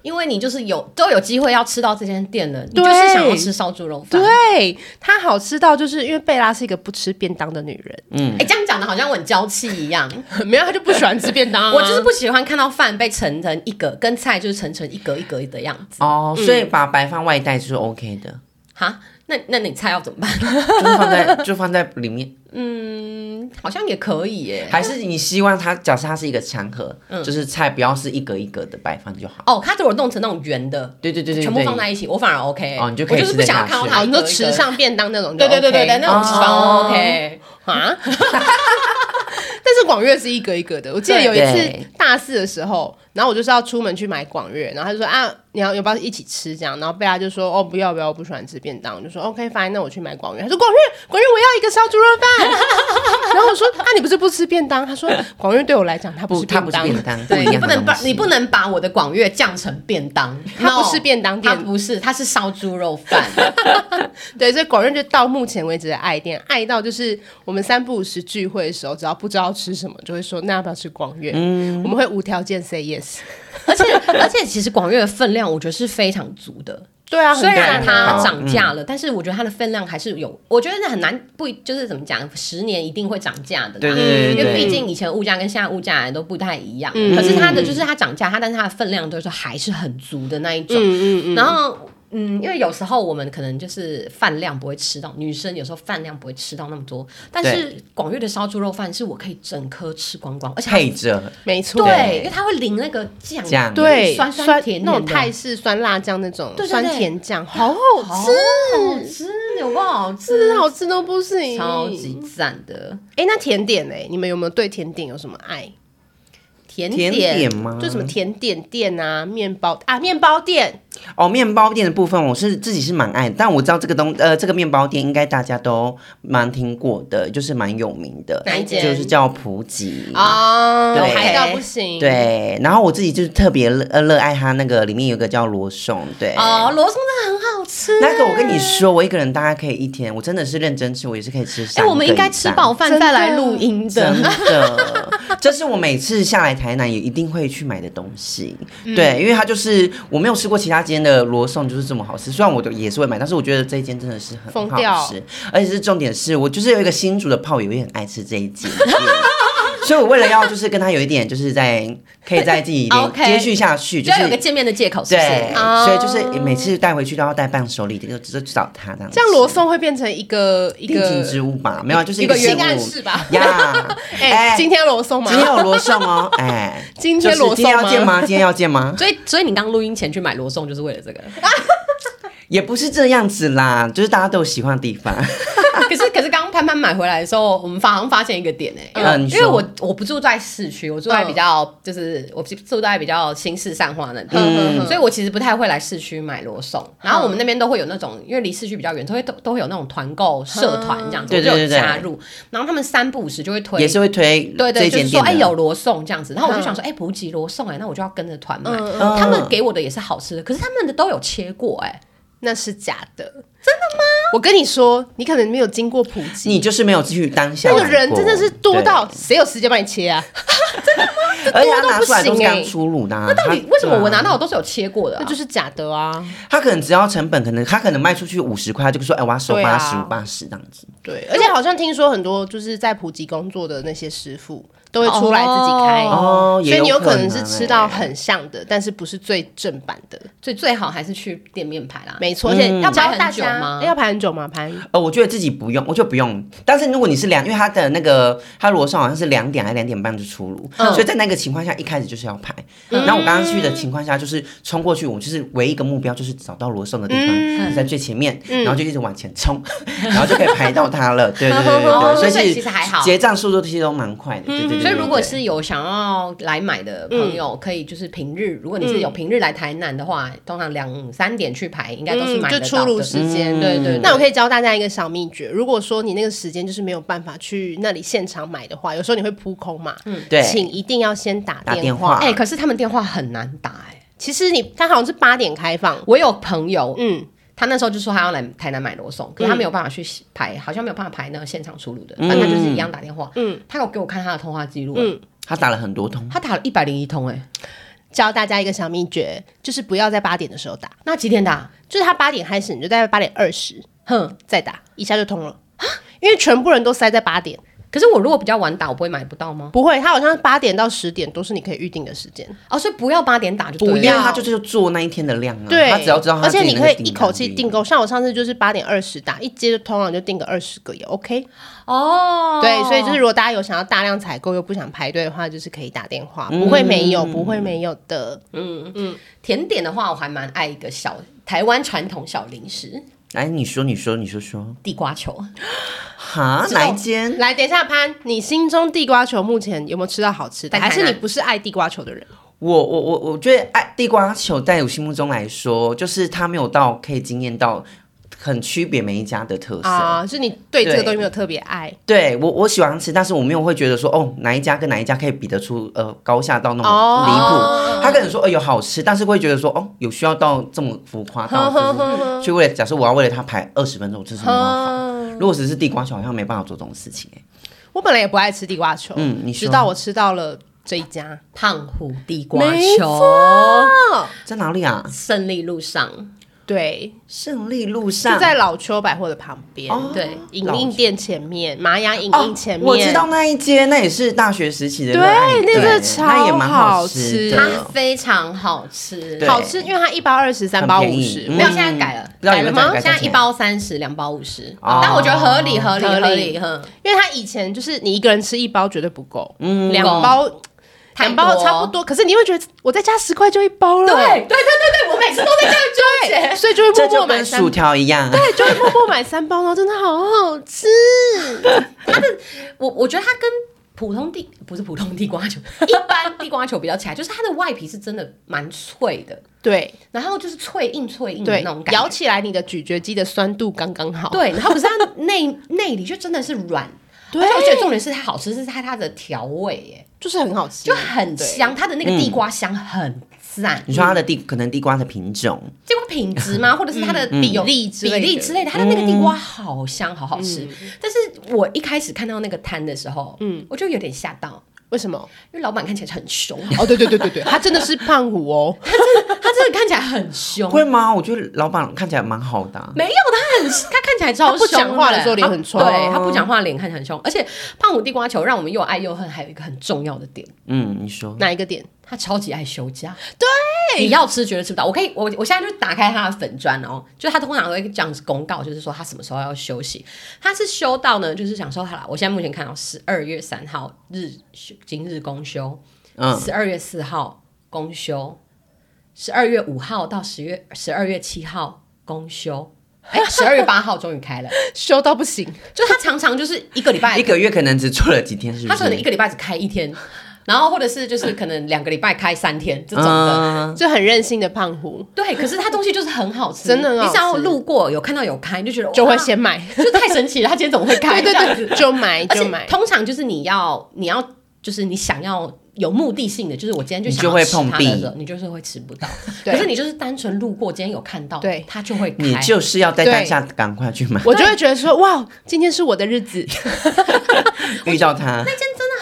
因为你就是有都有机会要吃到这间店了，你
对
就是想要吃烧猪肉饭。
对，它好吃到就是因为贝拉是一个不吃便当的女人，
哎、这样讲的好像我很娇气一样，
*laughs* 没有她就不喜欢吃便当 *laughs* 啊、
我就是不喜欢看到饭被盛成一个，跟菜就是盛成一格一格的样子。
哦，所以把白饭外带是 OK 的，
哈，那那你菜要怎么办？ *laughs*
就是放在就放在里面，
好像也可以耶。
还是你希望它假设它是一个餐盒，
嗯
就是菜不要是一格一格的摆放就好。
哦，它如果弄成那种圆的，
对对对对，
全部
对
放在一起，我反而 OK。
哦你就可
我
以
就是不想要看到
吃得
它一
好，啊你
格
说
一格
吃
的。
上便当那种就
对
OK，
对对对对，那种
哦
反而 OK。 *laughs*
啊。但是广粤是一格一格的，我记得有一次
对
大四的时候，然后我就是要出门去买广粤，然后他就说啊，你要要不要一起吃这样？然后贝拉就说哦不要不要，我不喜欢吃便当，我就说 OK fine，那我去买广粤。他说广粤广粤我要一个烧猪肉饭， *laughs* 然后我说啊你不是不吃便当？他说广粤对我来讲它不
不，
是
它
便
不是
当，
便当，
对
一
你
样
不
的
能把
东西
你不能把我的广粤降成便当，
它不是便当店
它不是，它是烧猪肉饭。 *laughs*
对，所以广润就到目前为止的爱店，爱到就是我们三不五时聚会的时候，只要不知道吃什么，就会说那要不要吃广粤？
嗯
我们会无条件 say yes。
而且而且，其实广粤的分量我觉得是非常足的，
对啊，
虽然
很赞啊
它涨价
嗯
了，但是我觉得它的分量还是有，我觉得很难不就是怎么讲，十年一定会涨价的
对
啦。
对对
因
对嗯
为
对，
毕竟以前物价跟现在物价都不太一样，可是它的就是它涨价，它但是它的分量都是还是很足的那一种。
嗯
然后嗯，因为有时候我们可能就是饭量不会吃到，女生有时候饭量不会吃到那么多，但是广粤的烧猪肉饭是我可以整颗吃光光，而且它
配着
没错，
对，因为它会淋那个酱，
酱
对，
酸酸甜甜的
那种泰式酸辣酱那种
对对对
酸甜酱，好
好
好吃，
好吃，有不好吃？
好吃都不行，
超级。赞的
哎，那甜点嘞？你们有没有对甜点有什么爱？
甜
甜点吗？
就什么甜点店啊，面包啊，面包店，
哦，面包店的部分我是自己是蛮爱的，但我知道这个东呃这个面包店应该大家都蛮听过的，就是蛮有名的，
哪一间
就是叫普吉。
哦
啊，
对
嗨到不行。
对，然后我自己就是特别热呃热爱它那个里面有一个叫罗宋，对，
哦，罗宋真的很好吃。
那个我跟你说，我一个人大概可以一天，我真的是认真吃，我也是可以吃
哎、
三。
我们应该吃饱，饭
真的
再来录音
真
的。
的，这是我每次下来台南也一定会去买的东西。
嗯
对，因为它就是我没有吃过其他间的罗宋就是这么好吃，虽然我都也是会买，但是我觉得这一间真的是
疯
很
掉
好吃，而且是重点是我就是有一个新竹的炮友也很爱吃这一
*laughs*
间。对所以，我为了要就是跟他有一点，就是在可以在自
*laughs*
己连
OK
接续下去，就
就是有个见面的借口，是不啊
对，
是？
哦
所以就是每次带回去都要带伴手礼，就就去找他这样子。
这样罗宋会变成一个一
定情
个
之物吧？没有啊，就是一
一个
个信
性暗
物
示
*laughs*
吧
呀，
*laughs* 哎、今
天
天罗宋吗
今？天有罗宋
*laughs*
哦，哎，
今
就
天
是
罗
今天
宋
要见
吗？
吗？今天要见吗？
所以，所以你刚录音前去买罗宋就是为了这个？
也不是这样子啦，就是大家都有喜欢的地方。
*laughs* 可是可是刚刚潘潘买回来的时候，我们发好像发现一个点哎、因为、
嗯你
因为
说嗯
我我不住在市区，我住在比较、就是我住在比较新市上化那里，
嗯
所以我其实不太会来市区买罗宋。然后我们那边都会有那种，因为离市区比较远，都会都都会有那种团购社团这样子，
嗯
我就
对
有
对对对
加入。然后他们三不五时就会推
也是会推
对
这
对，就
间
是说，
店的
哎、有罗宋这样子，然后我就想说，哎、普吉罗宋，哎，那我就要跟着团买。
嗯
嗯
他们给我的也是好吃的，可是他们的都有切过、哎，
那是假的，真的吗？我跟你说，你可能没有经过普及，
你就是没有去当下
那个
买
人
过
真的是多
对
到
哎
谁有时间帮你切啊？
而且他啊拿出来都是
多到不行
刚
欸
出炉的、啊。那到
你为什么我拿到的都是有切过的、啊？
那
就
就是是假的啊！
他可能只要成本，可能他可能卖出去五十块，他就说哎，我要收
对
八
啊
十五、八十这样子。
对，而且好像听说很多就是在普及工作的那些师傅都会出来自己开，
哦
所以你
也有
可
可
能
能欸
是吃到很像的，但是不是最正版的。
最最好还是去店面排啦。
没错，而
嗯
且
排
要教
很
大
久
家哎
吗
要排很久吗？排
呃，我觉得自己不用，我就不用。但是如果你是两，因为他的那个他罗宋好像是两点还是两点半就出炉，
嗯
所以在那个情况下一开始就是要排。然后我刚刚去的情况下就是冲过去，我就是唯一一个目标就是找到罗宋的地方，
嗯
就在最前面，然后就一直往前冲， *laughs* 然后就可以排到他了。对对对
*laughs*
对
哦
对，所以
所以
是
其实还好
结账速度这些都蛮快的。对
嗯
对对对
所以如果
嗯对
是有想要来买的朋友，可以就是平日，如果
嗯
你是有平日来台南的话，通常两三点去排，应该都是买
嗯就
得
出
到
炉
的。
时间，
嗯对对对
那我可以教大家一个小秘诀，如果说你那个时间就是没有办法去那里现场买的话，有时候你会扑空嘛，
对
请一定要先打
打
电
电话
哎、可是他们电话很难打哎、
其实你它好像是八点开放，
我有朋友，
嗯，
他那时候就说他要来台南买罗宋，可是他没有办法去排，好像没有办法排那个现场出炉的，
嗯
反正他就是一样打电话。嗯，他有给我看他的通话记录，嗯，
他打了很多通，
他打了一百零一通，哎，
教大家一个小秘诀，就是不要在八点的时候打，
那几点打？
就是它八点开始，你就在八点二十
哼，
再打，一下就通了。因为全部人都塞在八点，
可是我如果比较晚打，我不会买不到吗？
不会，它好像八点到十点都是你可以预定的时间。
哦，所以不要八点打就对了
因为他就是做那一天的量啊，
对，
他只要知道他
而且
自己
你
那
可
个
以
订
一
单
口气
力
订购，像我上次就是八点二十打，一接就通了，你就订个二十个也 OK。
哦，
对，所以就是如果大家有想要大量采购又不想排队的话，就是可以打电话，
嗯
不会没有，不会没有的。
甜点的话，我还蛮爱一个小台湾传统小零食
来，哎你说，你说，你说
——
说，
哦
地瓜球。
哈，
知道
哪一间？
来，等一下潘，你心中地瓜球目前有没有吃到好吃的？
在台
还
南
是你不是爱地瓜球的人？
我我我我觉得爱地瓜球，在我心目中来说，就是它没有到可以惊艳到很区别每一家的特色。
啊，就是你对这个
对
东西没有特别爱。
对我我喜欢吃，但是我没有会觉得说哦哪一家跟哪一家可以比得出呃高下到那么
哦
离谱。他可能说哦有好吃，但是会觉得说哦有需要到这么浮夸到就是去为了假设我要为了它排二十分钟，我真是没办法。如果只是地瓜球，好像没办法做这种事情哎、
我本来也不爱吃地瓜球，
嗯你说
直到我吃到了这一家，
胖虎地瓜
没
球，
在哪里啊？
胜利路上，
对，
胜利路
就
上
在老丘百货的旁边，
对
影印店前面，玛雅影
哦
印前，面，
我知道那一间，那也是大学时期的热
对
爱饮
那
料，
个
那也蛮
超好吃
吃
对
的，
它非常好吃。
对
好吃，因为它一包二十，三包
很
五
便
十
宜，嗯
没有，现在改了，
不知道有没有
改了吗？
改
现
价钱
在一包三十，两包五十，
哦
但我觉得合理，合理，
合理嗯
合理，哼，
因为它以前就是你一个人吃一包绝对不够，嗯，两
够
包。
太
两包
多
差不多，可是你会觉得我再加十块就一包了，
对，对，对，对，对，我每次都在这样纠结。
所以就会
这
默
就
默买
跟
三
薯条一样。
对，就会默默买三包，然后真的好好吃。
我我觉得它跟普通地不是普通地瓜
*laughs*
球，一般地瓜球比较起来，就是它的外皮是真的蛮脆的，
对
然后就是脆硬脆硬的
对
嗯那种，感
咬
觉。
起来你的咀嚼肌的酸度刚刚好。
对，然后可是它内内里就真的是 *laughs* 软，
对
而且我觉得重点是它好吃是它它的调味耶，
就是很好吃，
就很
对。
香，它的那个地瓜香很赞。
你说它的地可能地瓜的品种，
地瓜品质 *laughs* 吗？或者是它的
比
嗯有
例之
比
类
例
的
之类的，嗯它的那个地瓜好香，好好吃。但是我一开始看到那个摊的时候，嗯，我就有点吓到，
为什么？
因为老板看起来很 *laughs* 凶，
哦，对对对对对，它真的是胖虎
*laughs*
哦。
他真的看起来很凶，
会吗？我觉得老板看起来蛮好的啊、
没有，他 *laughs* 很他看起来超
他不
凶
讲话的时候脸很臭
对他不讲话脸看起来很凶，而且胖虎地瓜球让我们又爱又恨，还有一个很重要的点，
嗯，你说
哪一个点？
他超级爱休假。对，你要吃觉得吃不到，我可以我我现在就打开他的粉砖哦，就他通常都会这样子公告，就是说他什么时候要休息，他是休到呢，就是想说好了，我现在目前看到十二月三号日休今日公休，
嗯
十二月四号公休，十二月五号到十月十二月七号公休。哎，十二月八号终于开
*laughs*
了，
修到不行，
就是他常常就是一个礼拜
一，个月可能只做了几天，是不
他
是？
可能一个礼拜只开一天，然后或者是就是可能两个礼拜开三天这种的。
嗯，
就很任性的胖虎
对，可是它东西就是很好吃，
真的很好
你
吃
只要路过有看到有开，你就觉得
就会
哇
先买，
就太神奇了，它今天怎么会 *laughs* 开？
对对
这样子
对，就买
而
就
且
买。
通常就是你要你要就是你想要有目的性的，就是我今天就
你
想
就会
要吃
碰
它
壁
的时候，你就是会吃不到。
*laughs* 对
可是你就是单纯路过，今天有看到，
对
它就会开。
你就是要在当下赶快去买，
我就会觉得说，哇，今天是我的日子，
*laughs* 遇到他，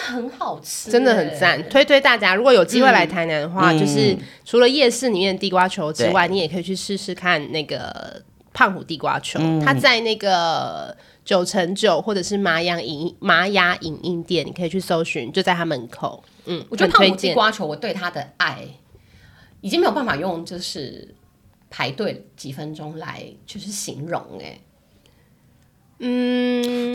很好吃，
真的很赞，推推大家。如果有机会来台南的话，
嗯
就是除了夜市里面的地瓜球之外，你也可以去试试看那个胖虎地瓜球，
嗯
它在那个。九乘九，或者是麻阳影麻雅影印店，你可以去搜寻，就在他门口。嗯，
我觉得胖
很推
虎地
荐。
瓜球，我对它的爱已经没有办法用就是排队几分钟来就是形容哎、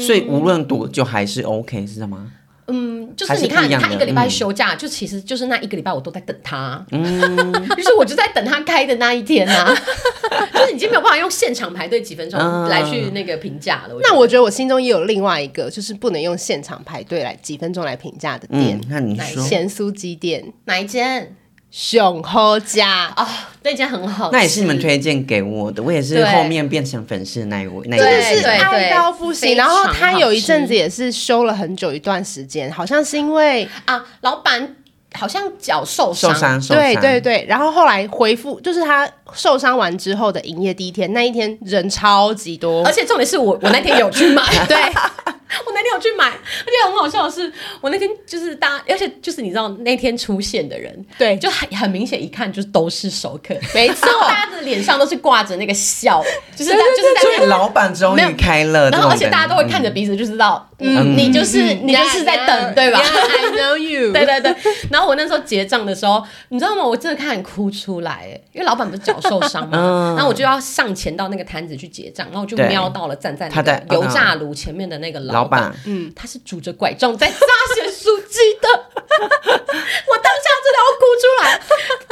所以无论多久还是 OK，是吗？
嗯，就
还
是
是
你看
不一样的嗯
他一个礼拜休假，就其实就是那一个礼拜我都在等他，
嗯
*laughs* 就是我就在等他开的那一天啊， *laughs* 就是已经没有办法用现场排队几分钟
嗯
来去那个评价了。
那
我
我觉得我心中也有另外一个，就是不能用现场排队来几分钟来评价的
嗯
店，，
那你说，
咸酥鸡店
哪一间
熊吼家。
啊、那间很好吃，
那也是你们推荐给我的，我也是
对
后面变成粉丝的那一位，那一
真的
位
是
对对
爱到不
非
行，然后
常
他
好
有一阵
吃
子也是休了很久一段时间，好像是因为
啊，老板好像脚受
受伤受伤，
对对对，然后后来恢复，就是他受伤完之后的营业第一天，那一天人超级多
而，且重点是我我那天有去买，
对，
我那天有去买，而且很好笑的是，我那天就是大家，而且就是你知道那天出现的人，
对
就很很明显一看就是都是熟客，
没错
然后大家的脸上都是挂着那个笑，就是在就是在
所
那
以老板终于开了，
然
这
后
种
而且大家都会看着
感
彼此就知道，嗯，
嗯
你就是你就是在等，对吧？
？I know
*laughs*
you，
对对对，然后我那时候结账的时候，你知道吗？我真的看你哭出来，哎因为老板不是脚受伤嘛，
*laughs* 嗯
然后我就要上前到那个摊子去结账，然后我就
对
瞄到了站在那
他
个
在
油炸炉前面的那个
觉老
板，
板，
嗯，他是拄着拐杖在炸咸酥鸡的， *laughs* 我当下真的要哭出来，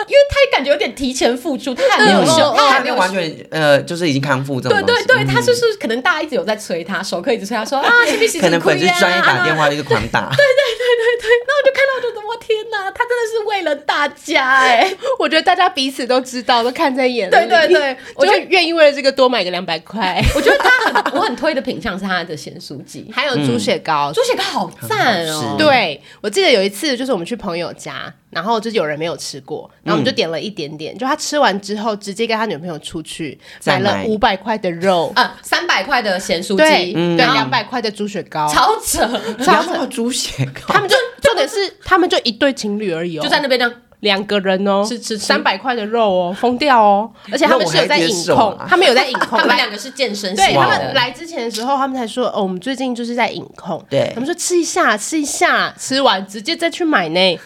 因为他感觉有点提前付出，他还没有
嗯
休，
哦
他还
他
没
没有
有
完全呃，就是已经康复这种
对
东
对
西，
对，
嗯
他就是可能大家一直有在催他，熟客一直催他说啊，是不是
可能粉丝专业打电
话？
话就是狂打，
啊 *laughs* 对，然后我就看到，我就觉得我天哪，他真的是为了大家哎、
我觉得大家彼此都知道，都看在眼里，
对对对我
我
觉
*laughs* 就
得
愿意为了这个多买个两百块。
*laughs* 我觉得他很，我很推的品相是他的咸酥鸡，
还有猪血
嗯
糕，
猪血糕好赞哦、
很好吃
对，我记得有一次就是我们去朋友家，然后就是有人没有吃过，然后我们就点了一点点，就他吃完之后直接跟他女朋友出去买
再
了
买
五百块的肉，
啊，三百块的咸酥
对、
鸡，
对，
然后
两百块的猪血糕，
啊
*laughs*
超扯，
然后猪血糕，
他们就重点是他们就一对情侣而已哦，
就在那边这样。
两个人哦，
吃吃吃
三百块的肉哦，疯掉哦，而且他们
肉
是有
还
在
接
影
受 *laughs*
控
啊，
他们有在影控，
他们
来
两个是健身
对
型
他
哇
们
的，
来之前的时候，他们才说哦，我们最近就是在影控。
对
他们说吃一下，吃一下，吃完直接再去买呢。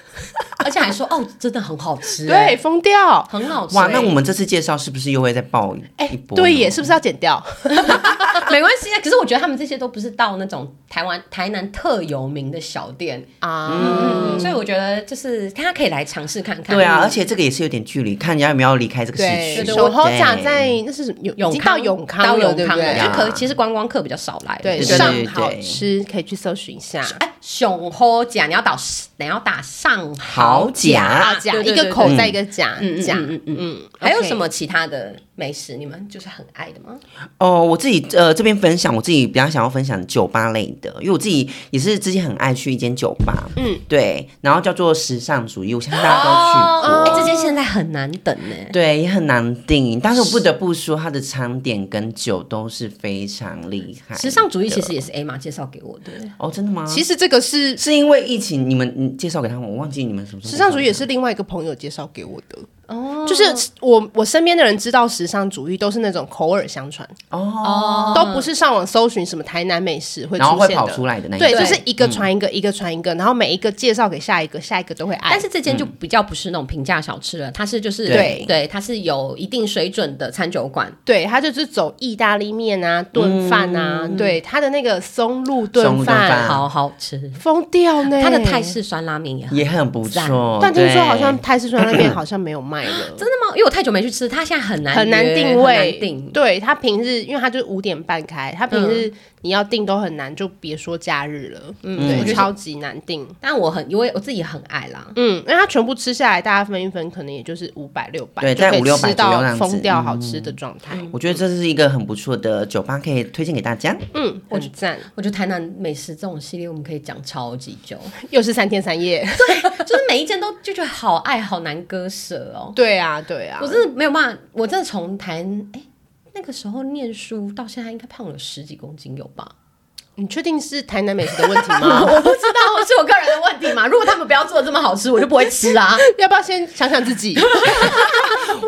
而且还说哦，真的很好吃、哎
对，，疯掉。
很好吃、
哇，那我们这次介绍是不是又会再爆
哎
一波？
哎对耶，，是不是要剪掉？
*laughs* 没关系啊，可是我觉得他们这些都不是到那种台湾台南特有名的小店，
啊，
嗯，所以我觉得就是大家可以来尝试看看。
对啊，而且这个也是有点距离，看人家有没有要离开这个市区。
对
嗯对对
手
我
后甲
对
在那是什么永已
永
经
康
到永康
到
了
永
对不
康
对
了，
呀
就可其实观光客比较少来了，
对，
对
上
上
对
好
对
吃可以去搜寻一下。
哎熊吼甲，你要打你要打上
好
啊
假，
甲
对对
一
对
个口在一个甲甲，
嗯嗯嗯，还有什么其他的美食你们就是很爱的吗？
哦，我自己呃这边分享，我自己比较想要分享酒吧类的，因为我自己也是之前很爱去一间酒吧，嗯，对，然后叫做时尚主义，我相信大家都去过。
哎，这间现在很难等呢。
对，也很难定，但是我不得不说，它的餐点跟酒都是非常厉害的。
时尚主义其实也是 A 妈介绍给我的，
哦，真的吗？
其实这个是
是因为疫情，你们你介绍给他们，我忘记你们什么时候。
时尚主义也是另外一个朋友介绍给我的。哦，就是我我身边的人知道时尚主义都是那种口耳相传，
哦，
都不是上网搜寻什么台南美食会
然后
出
会
现
跑
的。
出来的那一
对，
种
就是一个传一
嗯
个，一个传一个，然后每一个介绍给下一个，下一个都会爱
但。是这间就比较不是那种平价小吃了，它是就是
对
对，它是有一定水准的餐酒馆，
对，他就是走意大利面啊、炖饭啊，对他的那个松露
嗯松
炖
露炖
饭
饭啊
好好吃。
疯掉呢。
它的泰式酸拉面也很
也很不错。
但听说
对 *coughs*
好像泰式酸辣面好像没有卖了，真的
那么因为我太久没去吃，它现在很难
很难
约
定
很
位，
难定。
对他平日，因为他就五点半开，他平日你要定都很难，就别说假日了，
嗯
我觉
对，
得
超级难定。
但我很因为我自己很爱啦，
嗯，因为他全部吃下来，大家分一分，可能也就是五百六百，
对
就可
在
以
500-600
吃
左右那
到
样子嗯
疯掉好吃的状态。
嗯
我觉得这是一个很不错的酒吧，可以推荐给大家。
嗯，很赞，
我觉得台南美食这种系列我们可以讲超级久， *laughs*
又是三天三夜。
就是每一间都就觉得好爱，好难割舍哦。
*laughs* 对啊，对啊
我，真的没有办法，我真的从台哎、那个时候念书到现在，应该胖了十几公斤有吧？ *laughs*
你确定是台南美食的问题吗？
我不知道是我个人的问题嘛。如果他们不要做的这么好吃，我就不会吃啊。
*laughs* 要不要先想想自
*laughs*
己？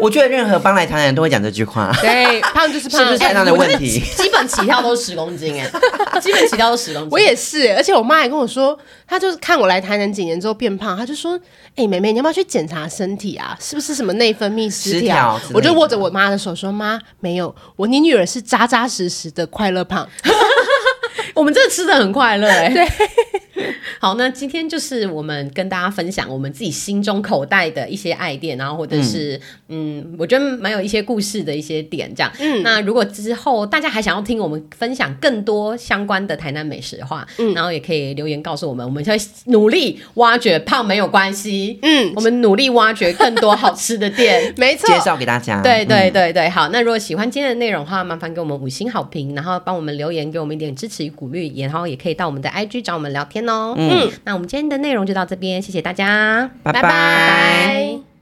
我觉得任何帮来台南人都会讲这句
*laughs*
话， *laughs*
对，胖就是胖，哎
是不是台南的
我
问
的
题？
基本起跳都是十公斤哎、基本起跳都是十公斤。
我也是、而且我妈还跟我说，她就是看我来台南几年之后变胖，她就说：“哎、妹妹，你要不要去检查身体啊？是不是什么内分泌失
失调
调
之？”类的
我就握着我妈的手说：“妈，没有，我你女儿是扎扎实实的快乐胖。
*laughs* 我们真的吃的很快乐哎、对， *laughs* 好，那今天就是我们跟大家分享我们自己心中口袋的一些爱店，然后或者是嗯我觉得蛮有一些故事的一些点这样。嗯，那如果之后大家还想要听我们分享更多相关的台南美食的话，嗯，然后也可以留言告诉我们，我们会努力挖掘胖没有关系，嗯，我们努力挖掘更多好吃的店。”
没错，
介绍给大家。
对对
嗯
对对，好。那如果喜欢今天的内容的话，麻烦给我们五星好评，然后帮我们留言，给我们一点支持与鼓励，然后也可以到我们的 IG 找我嗯们聊天哦。嗯，那我们今天的内容就到这边，谢谢大家，
拜
拜
拜。
拜